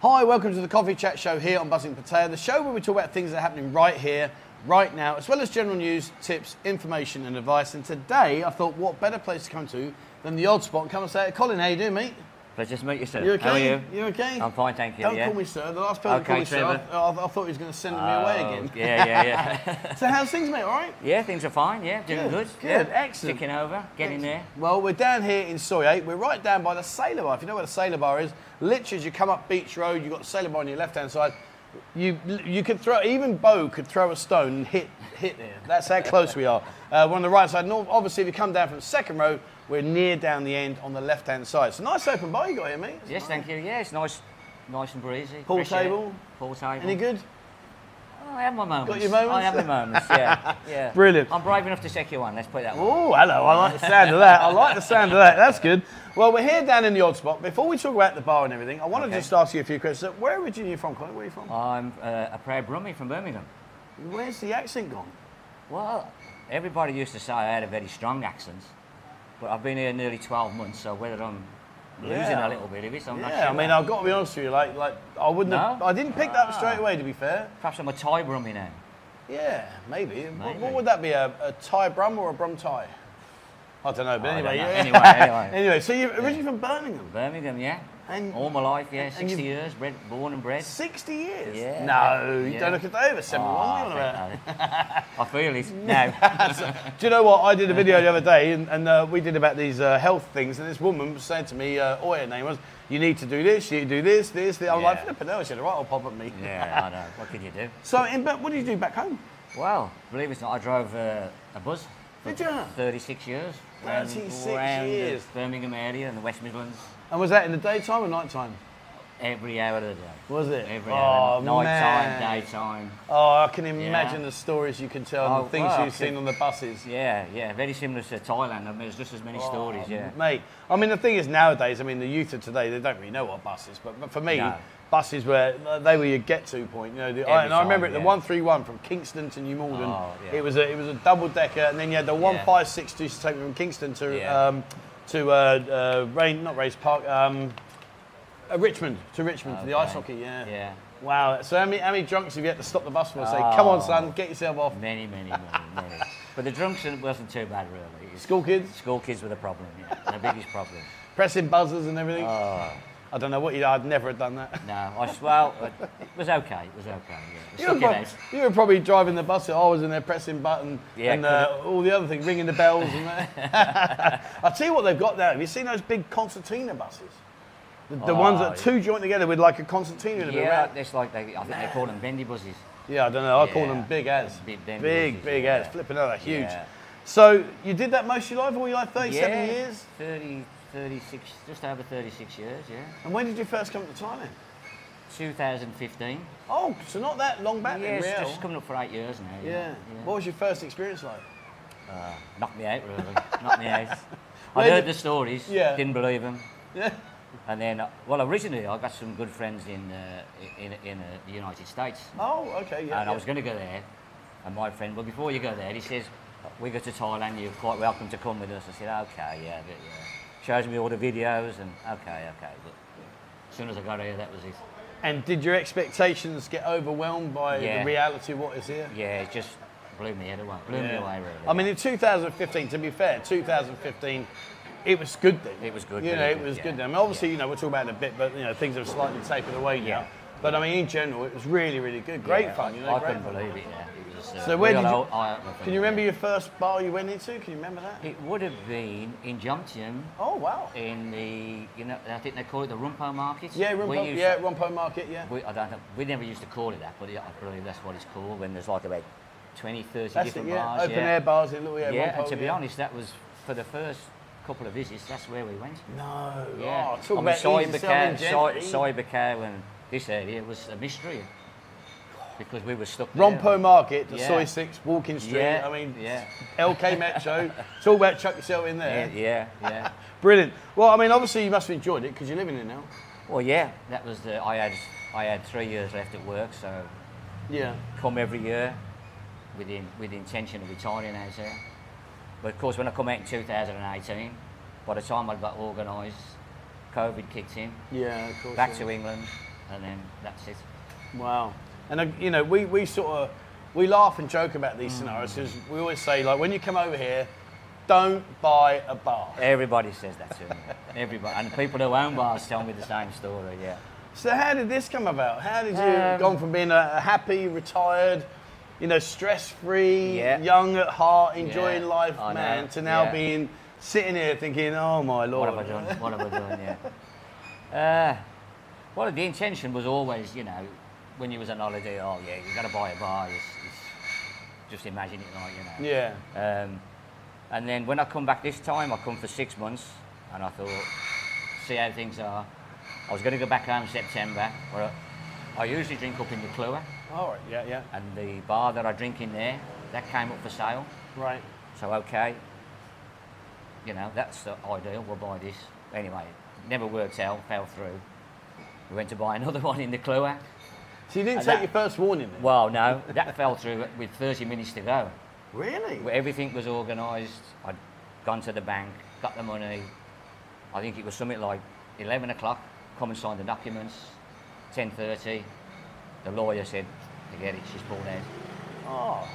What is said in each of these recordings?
Hi, welcome to the Coffee Chat Show here on Buzzing Potato, the show where we talk about things that are happening right here, right now, as well as general news, tips, information, and advice. And today, I thought, what better place to come to than the odd spot? Come and say, Colin, how you doing, mate? Pleasure to meet you, sir. You okay? How are you? okay? I'm fine, thank you. Don't yeah. call me sir. The last person Okay, called me sir, Trevor. I, I, I thought he was going to send me away Oh, again. yeah, yeah, yeah. So how's things, mate? All right? yeah, things are fine. Yeah, doing Good, good. good, yeah. excellent. Sticking over, getting there. Well, we're down here in Soy We're right down by the Sailor Bar. If you know where the Sailor Bar is, literally as you come up Beach Road, you've got the Sailor Bar on your left-hand side. You, you could throw, even Bo could throw a stone and hit, hit there. That's how close we are. Uh, we're on the right side. And ob- obviously, if you come down from Second Road, we're near down the end on the left-hand side. It's a nice open bar you got here, mate. It's Yes, nice. thank you. Yeah, it's nice, nice and breezy. Pool fresh air. table? Pool table. Any good? Oh, I have my moments. your moments? I have my moments. Yeah, yeah. Brilliant. I'm brave enough to check you one. Let's put it that way. Oh, hello. I like the sound of that. I like the sound of that. That's good. Well, we're here down in the odd spot. Before we talk about the bar and everything, I want to Okay. just ask you a few questions. Where are you from, Colin? Where are you from? I'm uh, a proud Brummie from Birmingham. Where's the accent gone? Well, everybody used to say I had a very strong accent, but I've been here nearly 12 months, so whether I'm losing Yeah. a little bit of it, I'm not sure. Yeah, I mean, I've got to be honest with you. Like, like I wouldn't. Have, No? Ah. I didn't pick that up straight away. To be fair, Perhaps I'm a Thai Brummie now. yeah, maybe. What, what Maybe. would that be? A, a Thai Brum or a Brum Thai? Oh, I don't know. But I don't anyway, know. yeah. Anyway, anyway. Anyway, so you're originally from Birmingham. Birmingham, yeah. And- All my life, yeah. and 60 you've- years, bred, born and bred. 60 years? Yeah. No, you Yeah. don't look at that over 71. Oh, what are you on about? I, think I- I feel it. No. Do you know what? I did a video the other day, and, and uh, we did about these uh, health things, and this woman was saying to me, uh, all her name was, you need to do this, you need to do this, this, this. I'm like, Yeah. flipping hell, she had a right old pop at me. yeah, I know. What could you do? So, in, but what did you do back home? Well, believe it or not, I drove uh, a bus for Did you? 36 years. 36 round years. The Birmingham area and the West Midlands. And was that in the daytime or nighttime? Every hour of the day. Was it? Every oh, hour. of the- Night man. time, daytime. Oh, I can imagine Yeah. the stories you can tell and Oh, the things well, I you've seen could- on the buses. Yeah, yeah. Very similar to Thailand. I mean, there's just as many stories, yeah. Mate, I mean, the thing is nowadays, I mean, the youth of today, they don't really know what bus is, but, but for me, No. buses were, they were your get to point, you know. The, I, Every and I remember time, it, the yeah. 131 from Kingston to New Malden. Oh, yeah. It was a it was a double decker, and then you had the 156 to take me from Kingston to, Yeah. um, to uh, uh, Rain, not Race Park, um, uh, Richmond, to Richmond, to the ice Okay. hockey, yeah. Yeah. Wow, so how many, how many drunks have you had to stop the bus for and say, come on, Oh. son, get yourself off? Many, many, many, many. But the drunks wasn't too bad, really. It's- School kids? School kids were the problem, yeah. The biggest problem. Pressing buzzers and everything. Oh. I don't know what you I'd never have done that. No, I s- well, it it was okay. It was okay. Yeah. You were, Stick it probably, out. you were probably driving the bus. I was in there pressing button Yeah, and uh, all the other things, ringing the bells and that. I tell you what they've got now. Have you seen those big concertina buses? The, the ones Oh, that two joint together with like a concertina in the Yeah, middle. that's like they, I think they call them bendy buses. Yeah, I don't know. I call Yeah. them big as. Big, big, bendy big, buses, yeah. as. Flipping out, they're huge. Yeah. So you did that most of your life, all your life, 37 yeah, years? 30, 36, just over 36 years, yeah. And when did you first come to Thailand? 2015. Oh, so not that long back yeah, then, it's real. just coming up for eight years now. yeah. Yeah. What was your first experience like? Knocked me out, really. Knocked me out. Where I heard did- the stories, Yeah. didn't believe them. Yeah. And then, uh, well, originally I got some good friends in, uh, in, in uh, the United States. Oh, okay, yeah. and I yeah. was going to go there, and my friend, well, before you go there, he says, we go to Thailand, you're quite welcome to come with us. I said, okay, yeah, but, yeah. Shows me all the videos, and okay, okay. But as soon as I got here, that was it. And did your expectations get overwhelmed by Yeah. the reality of what is here? Yeah, it just blew me head away, blew me away, really. I mean, in 2015, to be fair, 2015, it was good then. It was good You then, know, it it was, was yeah. good then. I mean, obviously, you know, we'll talk about it in a bit, but you know, things have slightly tapered away now. Yeah. But I mean, in general, it was really, really good. Great Yeah, fun. You know, I, I great couldn't fun. believe it, yeah. It was, uh, So where real did you- old eye-opener for Can me, you remember yeah. your first bar you went into? Can you remember that? It would have been in Jomtien, Oh wow. in the, you know, I think they call it the Rumpo Market. Yeah, We Rumpo, used- yeah, Rumpo Market. Yeah. We, I don't know, we never used to call it that, but yeah, I believe that's what it's called when there's like about 20, 30 That's it. different Yeah. bars. Open yeah. air bars in little yeah. yeah, Rumpo, and to be yeah. honest, that was for the first couple of visits, that's where we went. No. Yeah, Oh, talk I mean, about easy selling, Cybercare, gent- Cy- Cybercare and this area was a mystery because we were stuck there. Rompo Market, the Yeah. Soy Six, Walking Street. Yeah, I mean, yeah. LK Metro. it's all about chuck yourself in there. Yeah, yeah, yeah. Brilliant. Well, I mean, obviously you must have enjoyed it because you're living it now. well, yeah, that was the, I had, I had three years left at work, so Yeah. come every year with the, with the intention of retiring out there. But of course, when I come out in 2018, by the time I got organised, COVID kicked in, Yeah, of course. back yeah. to England, and then that's it. Wow. And uh, you know, we, we sort of we laugh and joke about these scenarios 'cause we always say like, when you come over here, don't buy a bar. Everybody says that to me. Everybody, and the people who own bars tell me the same story. Yeah. So how did this come about? How did you Um, gone from being a, a happy, retired, you know, stress-free, Yeah. young at heart, enjoying Yeah, life I know, man, to now yeah. being sitting here thinking, oh my lord, What have I done? What have I done? Yeah. Uh, well, the intention was always, you know, when you was on holiday, oh yeah, you got to buy a bar. It's, it's just imagine it like you know. Yeah. Um, and then when I come back this time, I come for six months, and I thought, see how things are. I was going to go back home September, where I, I usually drink up in the Clua, All right. Yeah. Yeah. and the bar that I drink in there, that came up for sale. Right. So okay, you know that's the ideal. We'll buy this anyway. Never worked out. Fell through. We went to buy another one in the Clua. So you didn't And take that- your first warning then? Well, no, that fell through with 30 minutes to go. really? Where Everything was organised. I'd gone to the bank, got the money. I think it was something like 11 o'clock. Come and sign the documents. 10:30. The lawyer said, "Forget it. She's pulled out." Oh.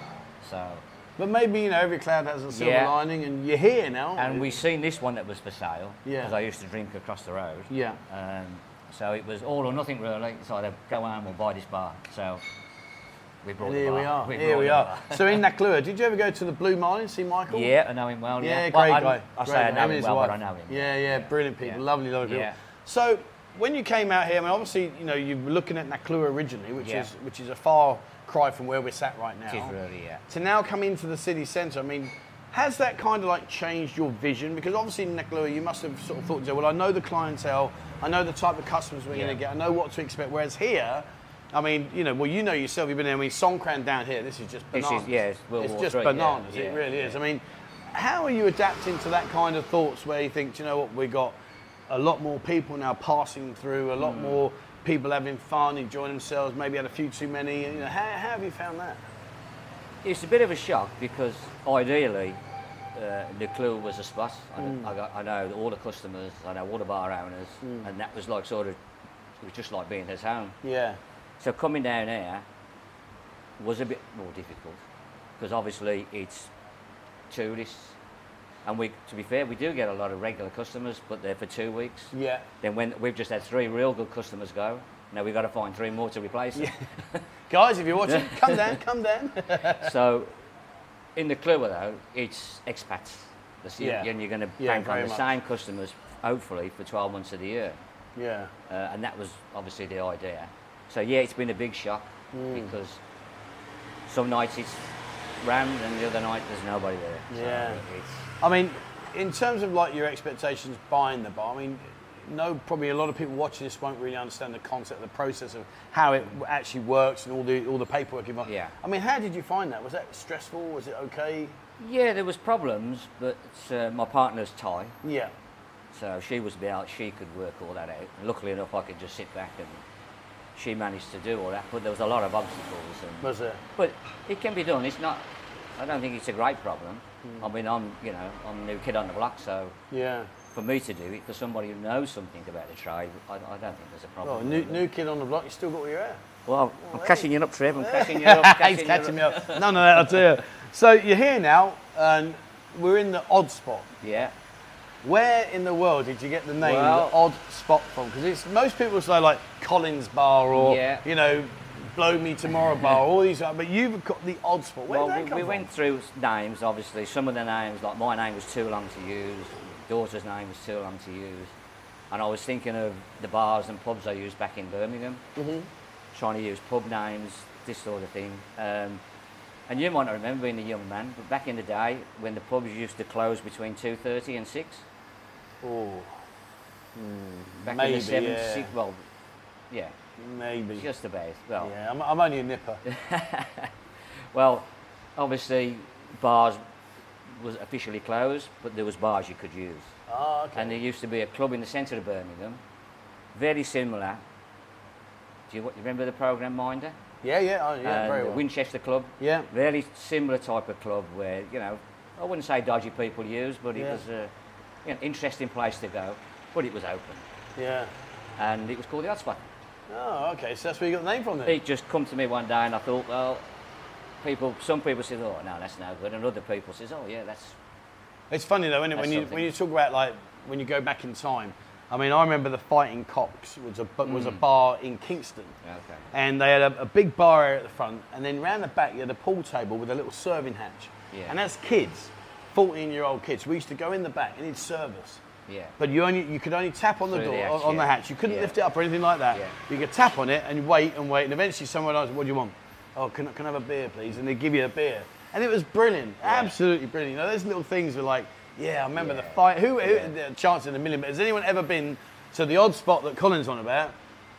So, But maybe you know every cloud has a silver Yeah. lining, and you're here now. and we seen this one that was for sale Yeah. because I used to drink across the road. Yeah. Um, so it was all or nothing really. It's either go home or buy this bar. So we brought And the here bar. we are. here brought we the are. bar. so in Naklua, did you ever go to the Blue Mile and see Michael? Yeah, I know him well. Yeah, Yeah, Well, great I- guy. I say Great I guy. Him know and him his well, but I wife. know him. Yeah, yeah, brilliant people, Yeah. lovely, lovely people. Yeah. So when you came out here, I mean, obviously, you know, you were looking at Naklua originally, which Yeah. is which is a far cry from where we're sat right now. It is really, yeah. To now come into the city centre, I mean, has that kind of like changed your vision? Because obviously in Naklua, you must have sort of thought, well, I know the clientele, I know the type of customers we're going Yeah. to get, I know what to expect. Whereas here, I mean, you know, well, you know yourself, you've been there. I mean, Songkran down here, this is just This is- bananas. yeah, it's World War just Three, yeah, bananas. yeah, it really is. I mean, how are you adapting to that kind of thoughts where you think, "Do you know what, we got a lot more people now passing through, a lot Mm. more people having fun, enjoying themselves, maybe had a few too many. You know, how, how have you found that? It's a bit of a shock because ideally, uh, the clue was a spot. I, I, got, I know all the customers, I know all the bar owners, and that was like sort of, it was just like being at home. Yeah, So coming down here was a bit more difficult because obviously it's tourists, and we, to be fair, we do get a lot of regular customers, but they're for two weeks. yeah. Then when we've just had three real good customers go, now we've got to find three more to replace them. Guys, if you're watching, come down, come down. so in the club though, it's expats. That's you- Yeah. And you're going to Yeah, bank on very the much. same customers, hopefully, for 12 months of the year. yeah, uh, and that was obviously the idea. So yeah, it's been a big shock Mm. because some nights it's rammed and the other night there's nobody there. So Yeah. it's, I mean, in terms of like your expectations buying the bar, I mean, no, probably a lot of people watching this won't really understand the concept, the process of how it w- actually works, and all the all the paperwork involved. Yeah. I mean, how did you find that? Was that stressful? Was it okay? yeah, there was problems, but uh, my partner's Thai, Yeah. so she was about she could work all that out. And luckily enough, I could just sit back and she managed to do all that. But there was a lot of obstacles. And, Was it? But it can be done. It's not. I don't think it's a great problem. Hmm. I mean, I'm you know I'm a new kid on the block, so Yeah. for me to do it, for somebody who knows something about the trade, I, I don't think there's a problem. Well, Oh, new, new kid on the block, you still got all your hair. Well, I'm hey. catching you up, Trev. I'm catching you up. catching He's you catching me up. up. None of that, I'll tell you. So you're here now, and we're in the odd spot. Yeah. Where in the world did you get the name Well- the odd spot from? Because it's most people say like Collins Bar or Yeah. you know, Blow Me Tomorrow Bar, all these. uh, But you've got the odd spot. Where Well, did that we, come we from? went through names, obviously. Some of the names, like my name was too long to use, daughter's name was too long to use. And I was thinking of the bars and pubs I used back in Birmingham, mm-hmm. trying to use pub names, this sort of thing. Um, and you might not remember being a young man, but back in the day when the pubs used to close between 2.30 and 6, Oh, back in Maybe, the 70s, yeah. six- well, yeah, maybe. just about. Well, yeah, I'm, I'm only a nipper. Well, obviously, bars was officially closed, but there was bars you could use. Ah, okay. And there used to be a club in the centre of Birmingham, very similar. Do you, you remember the program Minder? yeah, yeah, oh, yeah, And very the well. Winchester Club. Yeah. Very similar type of club where you know, I wouldn't say dodgy people used, but it Yeah. was a you know, interesting place to go. But it was open, yeah. and it was called the Hotspot. Oh, okay. So that's where you got the name from then. It just come to me one day, and I thought, well, people. Some people said, oh no, that's no good, and other people says, oh yeah, that's It's funny though, isn't it? That's When you something. when you talk about like when you go back in time. I mean, I remember the Fighting Cocks was a bu- was a bar in Kingston, Mm. Okay. and they had a, a big bar area at the front, and then round the back you had a pool table with a little serving hatch, Yeah. and as kids, fourteen year old kids, we used to go in the back and it'd serve us. yeah. But you only you could only tap on the Through door the hatch, on- on the yeah. hatch. You couldn't Yeah. lift it up or anything like that. Yeah. You could tap on it and wait and wait, and eventually someone else, what do you want? Oh, can, I- can I have a beer, please? And they give you a beer, and it was brilliant, absolutely brilliant. You know, those little things were like, yeah, I remember the Yeah. fight. Who, who Yeah. the chance in a million? But has anyone ever been to the odd spot that Colin's on about?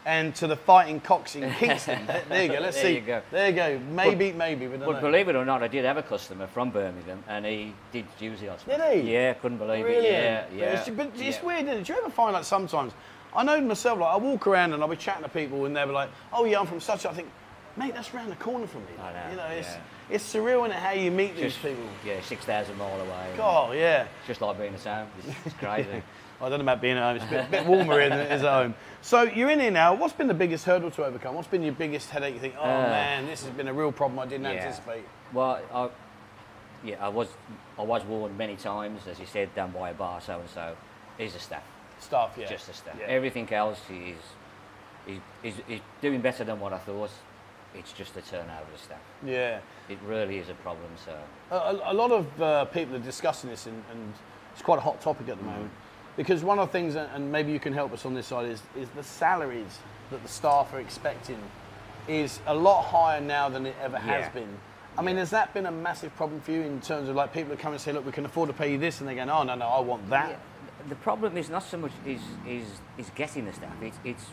And to the fighting cocks in Kingston. There- there you go. Let's There see. you go. There you go. Maybe, maybe. We don't But know. believe it or not, I did have a customer from Birmingham, and he did use the hospital. Did he? Yeah, couldn't believe Really? it. Yeah, yeah. But it's, but it's yeah. weird, isn't it? Do you ever find like sometimes? I know myself. Like I walk around and I'll be chatting to people, and they'll be like, "Oh yeah, I'm from such." I think, mate, that's round the corner from me. I know, You know, it's yeah. it's surreal in how you meet Just these people. Yeah, six thousand mile away. God, yeah. It's Just like being at home. It's, it's crazy. I don't know about being at home. It's a bit, bit warmer here than it is at home. So you're in here now. What's been the biggest hurdle to overcome? What's been your biggest headache? You think, oh Uh, man, this has been a real problem I didn't Yeah. anticipate. well, I, yeah, I was, I was warned many times, as you said, down by a bar, so and so, is the staff, Stuff, yeah. just the staff. Yeah. Everything else is, is, is, is doing better than what I thought. It's just the turnover of staff. yeah. It really is a problem. So. A, a- a lot of uh, people are discussing this, and, and it's quite a hot topic Mm. at the moment. Because one of the things, and- and maybe you can help us on this side, is, is the salaries that the staff are expecting is a lot higher now than it ever has Yeah. been. I mean, has that been a massive problem for you in terms of like people are coming and say, look, we can afford to pay you this, and they're going, oh no, no, I want that. Yeah. Uh, The problem is not so much is is is getting the staff. It's it's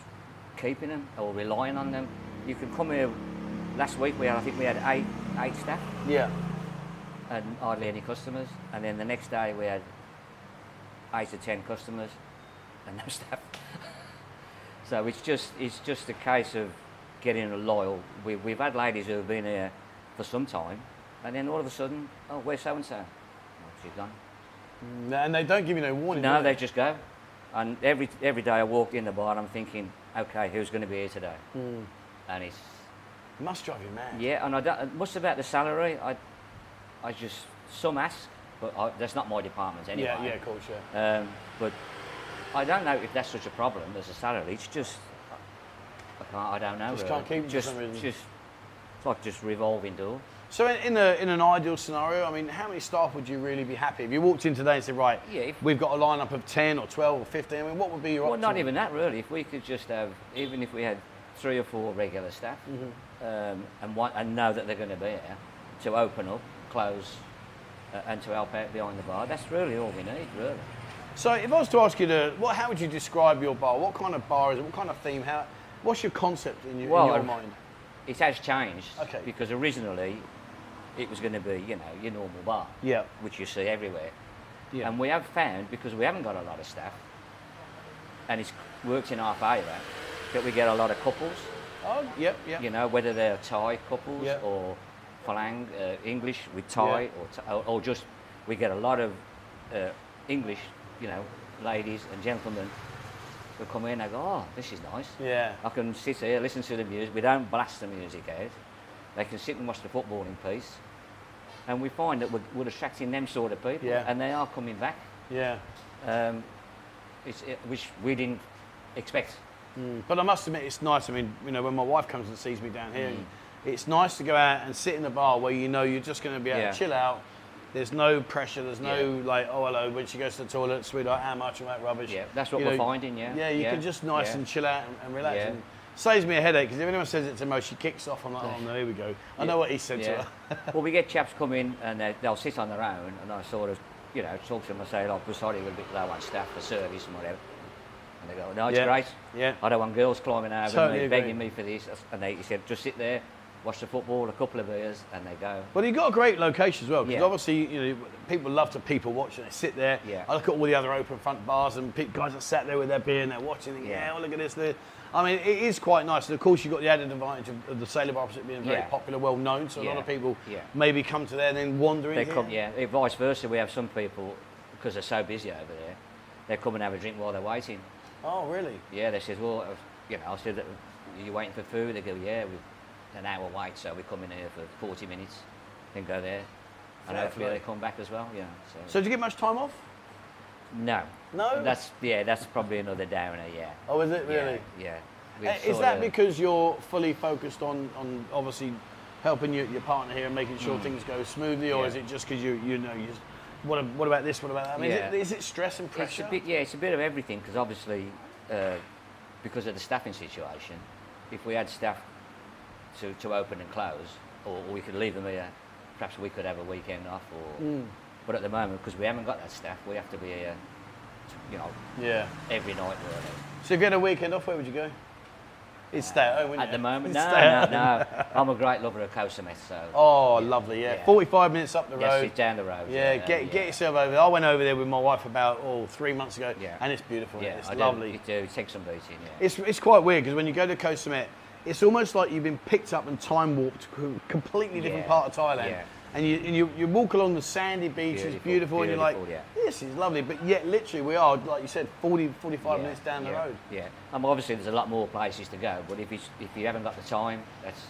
keeping them or relying on them. You can come here. Last week we had, I think we had eight eight staff Yeah, and hardly any customers. And then the next day we had eight to ten customers and no staff. so it's just it's just a case of getting loyal. We, we've had ladies who have been here for some time, and then all of a sudden, oh, where's so and so? Oh, she's gone. and they don't give you no warning. No, do they? they just go. And every every day I walk in the bar, and I'm thinking, okay, who's going to be here today? Hmm. And it's must drive you mad. yeah, and I don't. What's about the salary? I I just some ask, but I, that's not my department anyway. yeah, yeah, of course, yeah. Um, but I don't know if that's such a problem as a salary. It's just I can't. I don't know. Just really. can't keep them for just some reason. just it's like just revolving door. So in, in, a, in an ideal scenario, I mean, how many staff would you really be happy if you walked in today and said, right, Yeah, if- we've got a lineup of 10 or 12 or 15, I mean, what would be your Well, optimal- not even that really. If we could just have, even if we had three or four regular staff, Mm-hmm. um, and one, and know that they're going to be here to open up, close, uh, and to help out behind the bar. That's really all we need, really. So if I was to ask you to, what, how would you describe your bar? What kind of bar is it? What kind of theme? How, what's your concept in your, Well, in your I- mind? It has changed Okay. because originally it was going to be, you know, your normal bar, Yeah. which you see everywhere. Yeah. And we have found because we haven't got a lot of staff, and it's worked in our favour, that we get a lot of couples. Oh, yep, yep. you know, whether they're Thai couples Yeah. or Falang uh, English with Thai Yeah. or, Th- or or just we get a lot of uh, English, you know, ladies and gentlemen who come in. and go, oh, this is nice. Yeah. I can sit here, listen to the music. We don't blast the music out. They can sit and watch the football in peace. And we find that we're, we're attracting them sort of people, Yeah. and they are coming back, Yeah. um, it's, it, which we didn't expect. But I must admit, it's nice. I mean, you know, when my wife comes and sees me down here, Mm. it's nice to go out and sit in the bar where you know you're just going to be able Yeah. to chill out. There's no pressure. There's no Yeah. like, oh hello, when she goes to the toilet, sweetheart, how much and that rubbish. Yeah, that's what we're finding, yeah. Yeah, you Yeah. can just nice Yeah. and chill out and, and relax. Yeah. And saves me a headache because if anyone says it to Mo, she kicks off. I'm like, oh no, here we go. I know what he said to her. well, we get chaps come in and they, they'll sit on their own, and I sort of, you know, talk to them and say, "Look, we're sorry, we're a bit low on staff for service and whatever." And they go, "No, it's Yeah. great. Yeah. I don't want girls climbing over Totally me, agree. begging me for this." And they he said, "Just sit there, watch the football, a couple of beers, and they go." Well, you've got a great location as well because Yeah. obviously you know people love to people watch and they sit there. Yeah. I look at all the other open front bars and pe- guys that sat there with their beer and they're watching. And yeah. Yeah. well, look at this. There. I mean, it is quite nice. And of course, you've got the added advantage of, of the Sailor Bar opposite being very Yeah. popular, well known. So a lot Yeah. of people Yeah. maybe come to there and then wander They in. come, yeah. eh, Vice versa, we have some people because they're so busy over there, they come and have a drink while they're waiting. Oh, really? Yeah, they says, "Well, uh, you know," I said, are you waiting for food? They go, yeah, we're an hour wait, so we come in here for 40 minutes, then go there. And Fair hopefully play. they come back as well, yeah. So, So did you get much time off? no. No? That's, yeah, that's probably another downer, yeah. Oh, is it really? Uh, Yeah. yeah. We've Is sorta- that because you're fully focused on, on obviously helping your, your partner here and making sure things go smoothly, or Hmm. Yeah. is it just because you you know you just, what ab- what about this? What about that? I mean, is, it, Yeah. is it stress and It's pressure? a bit, yeah, it's a bit of everything because obviously, uh, because of the staffing situation, if we had staff to, to open and close, or, or we could leave them here, perhaps we could have a weekend off. Or, Mm. But at the moment, because we haven't got that staff, we have to be here, t you know, yeah. every night really. So if you had a weekend off, where would you go? You'd stay at home, wouldn't At you? the moment, You'd no, stay at no, home. no. I'm a great lover of Kosamith, so Oh, lovely. Yeah. Yeah. 45 minutes up the yes, road. it's down the road. Yeah, get get yourself over there. I went over there with my wife about oh three months ago, Yeah. and it's beautiful. Yeah, it's I do, lovely. You do take some beating. Yeah. It's, it's quite weird because when you go to Koh Samet, it's almost like you've been picked up and time warped to a completely different Yeah, part of Thailand. yeah. And you, and you you walk along the sandy beaches, beautiful, Beautiful, and you're like, beautiful, yeah. this is lovely. But yet, literally, we are like you said, 40, 45 Yeah, minutes down the yeah, road. Yeah. Um, obviously, there's a lot more places to go, but if it's, if you haven't got the time, that's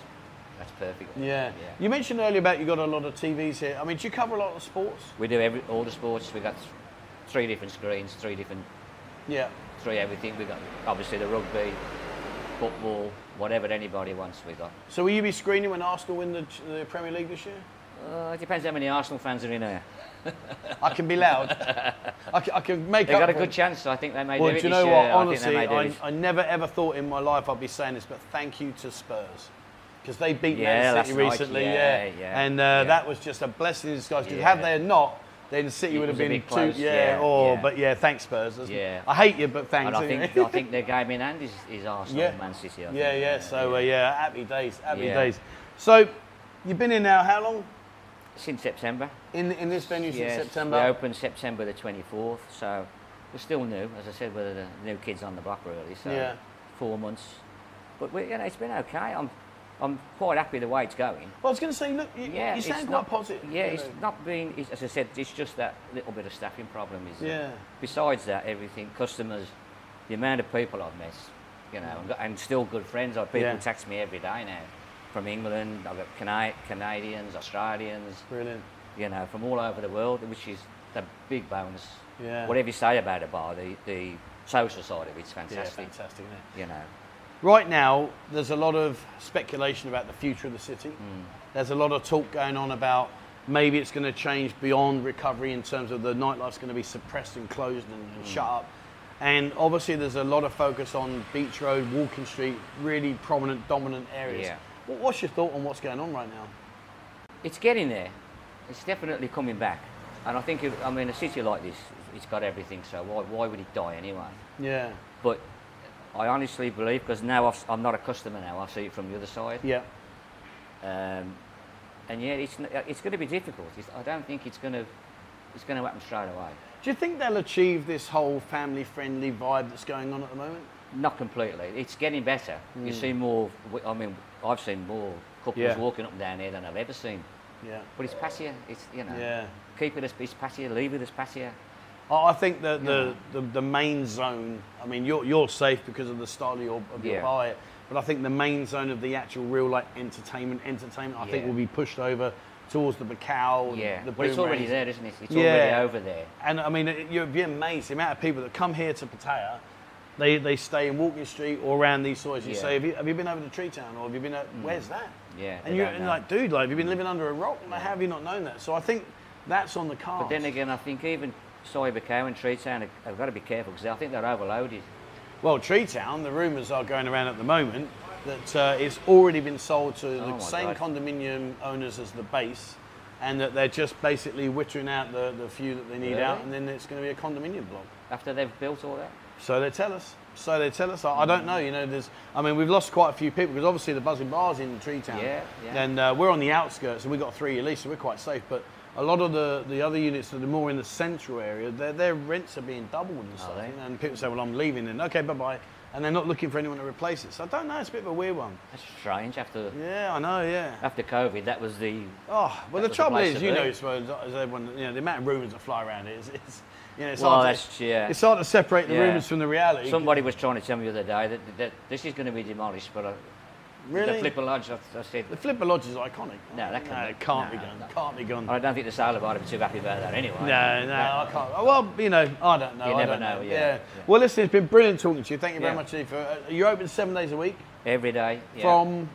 that's perfect. Yeah. You mentioned earlier about you got a lot of TVs here. I mean, do you cover a lot of sports? we do every all the sports. We got th- three different screens, three different, Yeah. three everything. We got obviously the rugby, football, whatever anybody wants. We got. So will you be screening when Arsenal win the, the Premier League this year? Uh, it depends how many Arsenal fans are in here. I can be loud. I, can, I can make They up got a for good it. chance. So I think they may Well, do do you it this know year. what? I Honestly, think they may do I, this. I never ever thought in my life I'd be saying this, but thank you to Spurs because they beat Yeah, Man last City night, recently. yeah, yeah, yeah, and uh, yeah. that was just a blessing in disguise. Because Yeah. had they not, then City It would have was a been bit two. close, Yeah, yeah, or yeah. but yeah, thanks Spurs. That's- Yeah. I hate you, but thanks. and I think I think their game in hand is, is Arsenal, yeah, and Man City. I yeah, think. yeah, So uh, yeah, happy days, happy Yeah. days. So you've been in now how long? Since September. In in this venue Yes, since September. We opened September the 24th, so we're still new. As I said, we're the new kids on the block, really. So Yeah. four months, but we, you know, it's been okay. I'm, I'm quite happy the way it's going. Well, I was going to say, look, you, Yeah, you it's sound not- quite positive. Yeah, you it's know. not been. It's, as I said, it's just that little bit of staffing problem. Is uh, Yeah. Besides that, everything customers, the amount of people I've met, you know, and, got- and still good friends. I've people Yeah. text me every day now, from England. I've got Cana- Canadians, Australians brilliant. you know, from all over the world, which is the big bonus. Yeah. Whatever you say about a bar, the, the social side of it's Yeah, fantastic. fantastic. Isn't it? you know, Right now, there's a lot of speculation about the future of the city. There's a lot of talk going on about maybe it's going to change beyond recovery in terms of the nightlife's going to be suppressed and closed and, and shut up. And obviously, there's a lot of focus on Beach Road, Walking Street, really prominent, dominant areas. Yeah. What, what's your thought on what's going on right now? it's getting there. It's definitely coming back. And I think, if, I mean, a city like this, it's got everything, so why, why would it die anyway? Yeah, But I honestly believe, because now I've, I'm not a customer now, I see it from the other side. yeah, Um, and yeah, it's, n- it's going to be difficult. It's, I don't think it's going to, it's going to happen straight away. Do you think they'll achieve this whole family-friendly vibe that's going on at the moment? Not completely. It's getting better. You see more. I mean, I've seen more couples Hmm. Yeah. walking up and down here than I've ever seen. Yeah, But it's patio. It's you know. yeah. Keep it as it's patio. Leave it as patio. I I think that the, the, the main zone, I mean, you're, you're safe because of the style of your, of your Yeah. bar, here, but I think the main zone of the actual real like entertainment, entertainment, I think Yeah. will be pushed over towards the Bacow. and Yeah. the but it's Boom already Range. there, isn't it? It's Yeah. already over there. And I mean, it- you'd be amazed the amount of people that come here to Pattaya, they, they stay in Walking Street or around these soils. You Yeah. Mm. say, have you, have you been over to Tree Town or have you been, at, where's that? Yeah, And they you're don't and know. Mm. like, dude, like, have you been living under a rock? Like, How have you not known that? So I think that's on the cards. But then again, I think even Cyber Cow and Tree Town have, have got to be careful because I think they're overloaded. Well, Tree Town, the rumours are going around at the moment that uh, it's already been sold to Oh the my same God. condominium owners as the base, and that they're just basically wittering out the, the few that they need out, Really? and then it's going to be a condominium block. After they've built all that. So they tell us. So they tell us. I, I don't know. You know, there's. I mean, we've lost quite a few people because obviously the buzzing bars in Tree Town. Yeah, yeah. And uh, we're on the outskirts, and we've got three at least, so we're quite safe. But a lot of the, the other units that are more in the central area, their their rents are being doubled and stuff. they? you know, And people say, well, I'm leaving, and okay, bye bye. and they're not looking for anyone to replace it. So I don't know. It's a bit of a weird one. That's strange. After Yeah, I know. Yeah. after COVID, that was the Oh, well, That the was a trouble place is, to you be. know, it's, well, as everyone, you know, the amount of rumours that fly around is, it's, you know, it's, well, hard, to, that's yeah. it's hard to separate the Yeah. rumours from the reality. Somebody was trying to tell me the other day that, that this is going to be demolished, but I, really, the Flipper Lodge, I, I said, the Flipper Lodge is iconic. No, that can't- it can't be no, done. no. Oh, Can't be gone. I don't think the sale of it are too happy about that anyway. No, no, I can't. oh, Well, you know, I don't know. You I never don't know, yeah, yeah. Well, listen, it's been brilliant talking to you. Thank you very Yeah. much, Chief. Uh, you're open seven days a week Every day. yeah. from.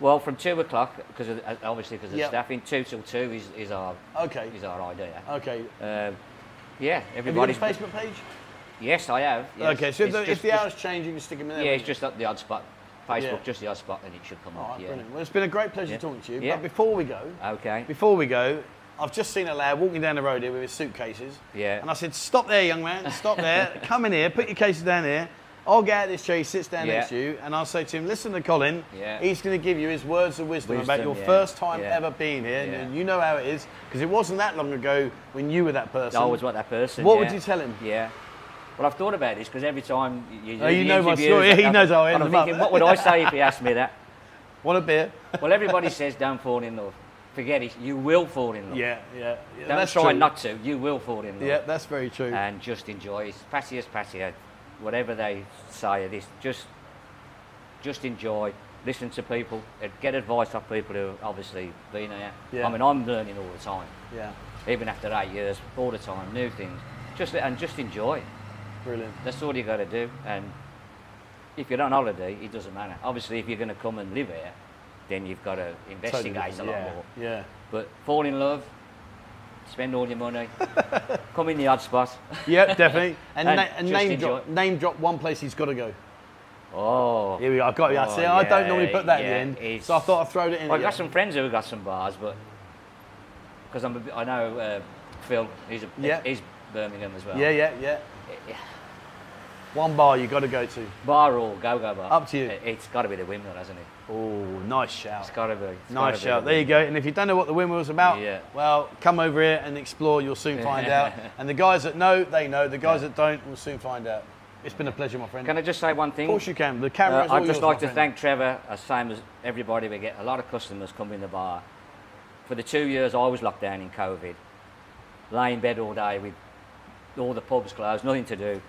Well, from two o'clock, because of, the- obviously because of Yeah. staffing, two till two is, is our Okay. is our idea. Okay. Um, yeah, Oh. Have you got a everybody's. Facebook page? Yes, I have. yes. Okay, so if It's the, if just- the just- hours change, you can stick them in there. Yeah, won't it's you? just at the odd spot. Facebook, Yeah. just the odd spot, and it should come All up. right, Yeah. brilliant. Well, it's been a great pleasure Yeah. talking to you. Yeah. But before we go, Okay. Before we go, I've just seen a lad walking down the road here with his suitcases. Yeah. And I said, stop there, young man, stop there. Come in here, put your cases down here. I'll get out of this chair, he sits down Yeah. next to you, and I'll say to him, listen to Colin. Yeah. He's going to give you his words of wisdom, about Wisdom, your yeah. first time Yeah. ever being here. Yeah. And you know how it is, because it wasn't that long ago when you were that person. I always want that person. What would yeah. you tell him? Yeah. Well, I've thought about this because every time you, do Oh, you the know my interviews, story. He I'm- knows how I and end I'm them up. thinking, what would I say if he asked me that? Want a beer? Well, everybody says don't fall in love. Forget it. You will fall in love. yeah, yeah. yeah Don't that's try true. not to. Uh, You will fall in love. Yeah, that's very true. and just enjoy it. Patio is patio, whatever they say of this, just just enjoy, listen to people, and get advice off people who obviously been there. Yeah. I mean, I'm learning all the time, yeah, even after eight years, all the time, new things. Just and just enjoy. it. brilliant. That's all you got to do. And if you're on holiday, it doesn't matter. Obviously, if you're going to come and live here, then you've got to Totally investigate a lot different. yeah, more. Yeah. But fall in love, spend all your money, come in the odd spot. Yep, definitely. And, And na- and just name drop, enjoy. name drop one place he's got to go. Oh, Here we are. I got you. I Oh, See, I don't yeah, normally put that yeah, in the end, it's- so I thought I'd throw it in. at Well, I've got you. some friends who have got some bars, but because I'm, a bit, I know uh, Phil. He's a, Yeah. he's Birmingham as well. Yeah, yeah, yeah. One bar you got to go to. Bar or go-go bar. Up to you. It, has got to be the Windmill, hasn't it? Oh, nice It's shout. got to be. it's gotta Nice be shout. the There you go. And if you don't know what the windmill's about, Yeah. well, come over here and explore. You'll soon find out. And the guys that know, they know. The guys that don't will soon find out. It's been a pleasure, my friend. Can I just say one thing? of course you can. The Uh, camera is all I'd just yours, my like to friend. thank Trevor, as same as everybody. We get a lot of customers come in the bar. For the two years I was locked down in COVID, lay in bed all day with all the pubs closed, nothing to do.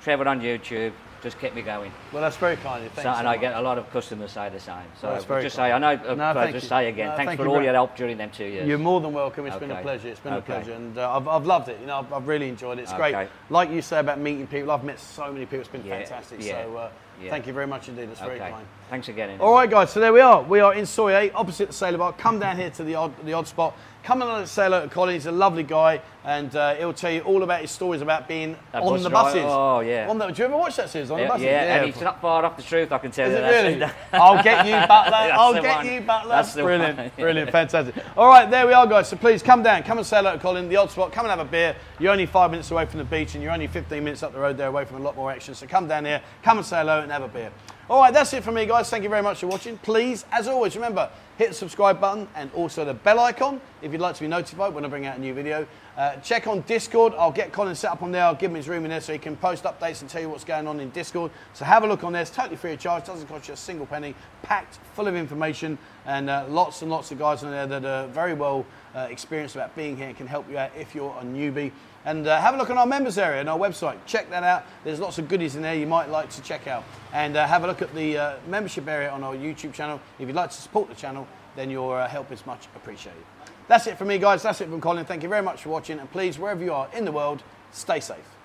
Trevor on YouTube just kept me going. Well, that's very kind of you. Thanks. So, and so I much. get a lot of customers say the same. So Well, that's very just kind. say, I know, uh, No, but thank just you. say again, No, thanks thank for you all very- your help during them two years. You're more than welcome. It's been a Okay. pleasure. It's been a Okay. pleasure, and uh, I've, I've loved it. You know, I've, I've really enjoyed it. It's great. Okay. Like you say about meeting people, I've met so many people. It's been Yeah, fantastic. yeah, So uh, yeah. thank you very much indeed. That's very Okay. kind. Thanks again. Ian. All right, guys. So there we are. We are in Soye, opposite the Sailor Bar. Come down here to the odd, the odd spot. Come along and say hello to Colin. He's a lovely guy, and uh, he'll tell you all about his stories about being That on bus the driver- buses. Oh, yeah. On the, do you ever watch that series on yeah, the buses? yeah, and it's not far off the truth, I can tell Is you it that. really? uh, I'll get you, Butler. I'll the get one. you, Butler. That's the brilliant, one. brilliant, fantastic. All right, there we are, guys. So please come down, come and say hello to Colin, the odd spot. Come and have a beer. You're only five minutes away from the beach, and you're only 15 minutes up the road there, away from a lot more action. So come down here, come and say hello, and have a beer. All right, that's it from me, guys. Thank you very much for watching. Please, as always, remember hit the subscribe button and also the bell icon if you'd like to be notified when I bring out a new video. Uh, check on Discord. I'll get Colin set up on there. I'll give him his room in there so he can post updates and tell you what's going on in Discord. So have a look on there. It's totally free of charge. Doesn't cost you a single penny. Packed full of information and uh, lots and lots of guys on there that are very well uh, experienced about being here and can help you out if you're a newbie. And uh, have a look on our members area and our website. Check that out. There's lots of goodies in there you might like to check out. And uh, have a look at the uh, membership area on our YouTube channel. If you'd like to support the channel, then your uh, help is much appreciated. That's it from me, guys. That's it from Colin. Thank you very much for watching. And please, wherever you are in the world, stay safe.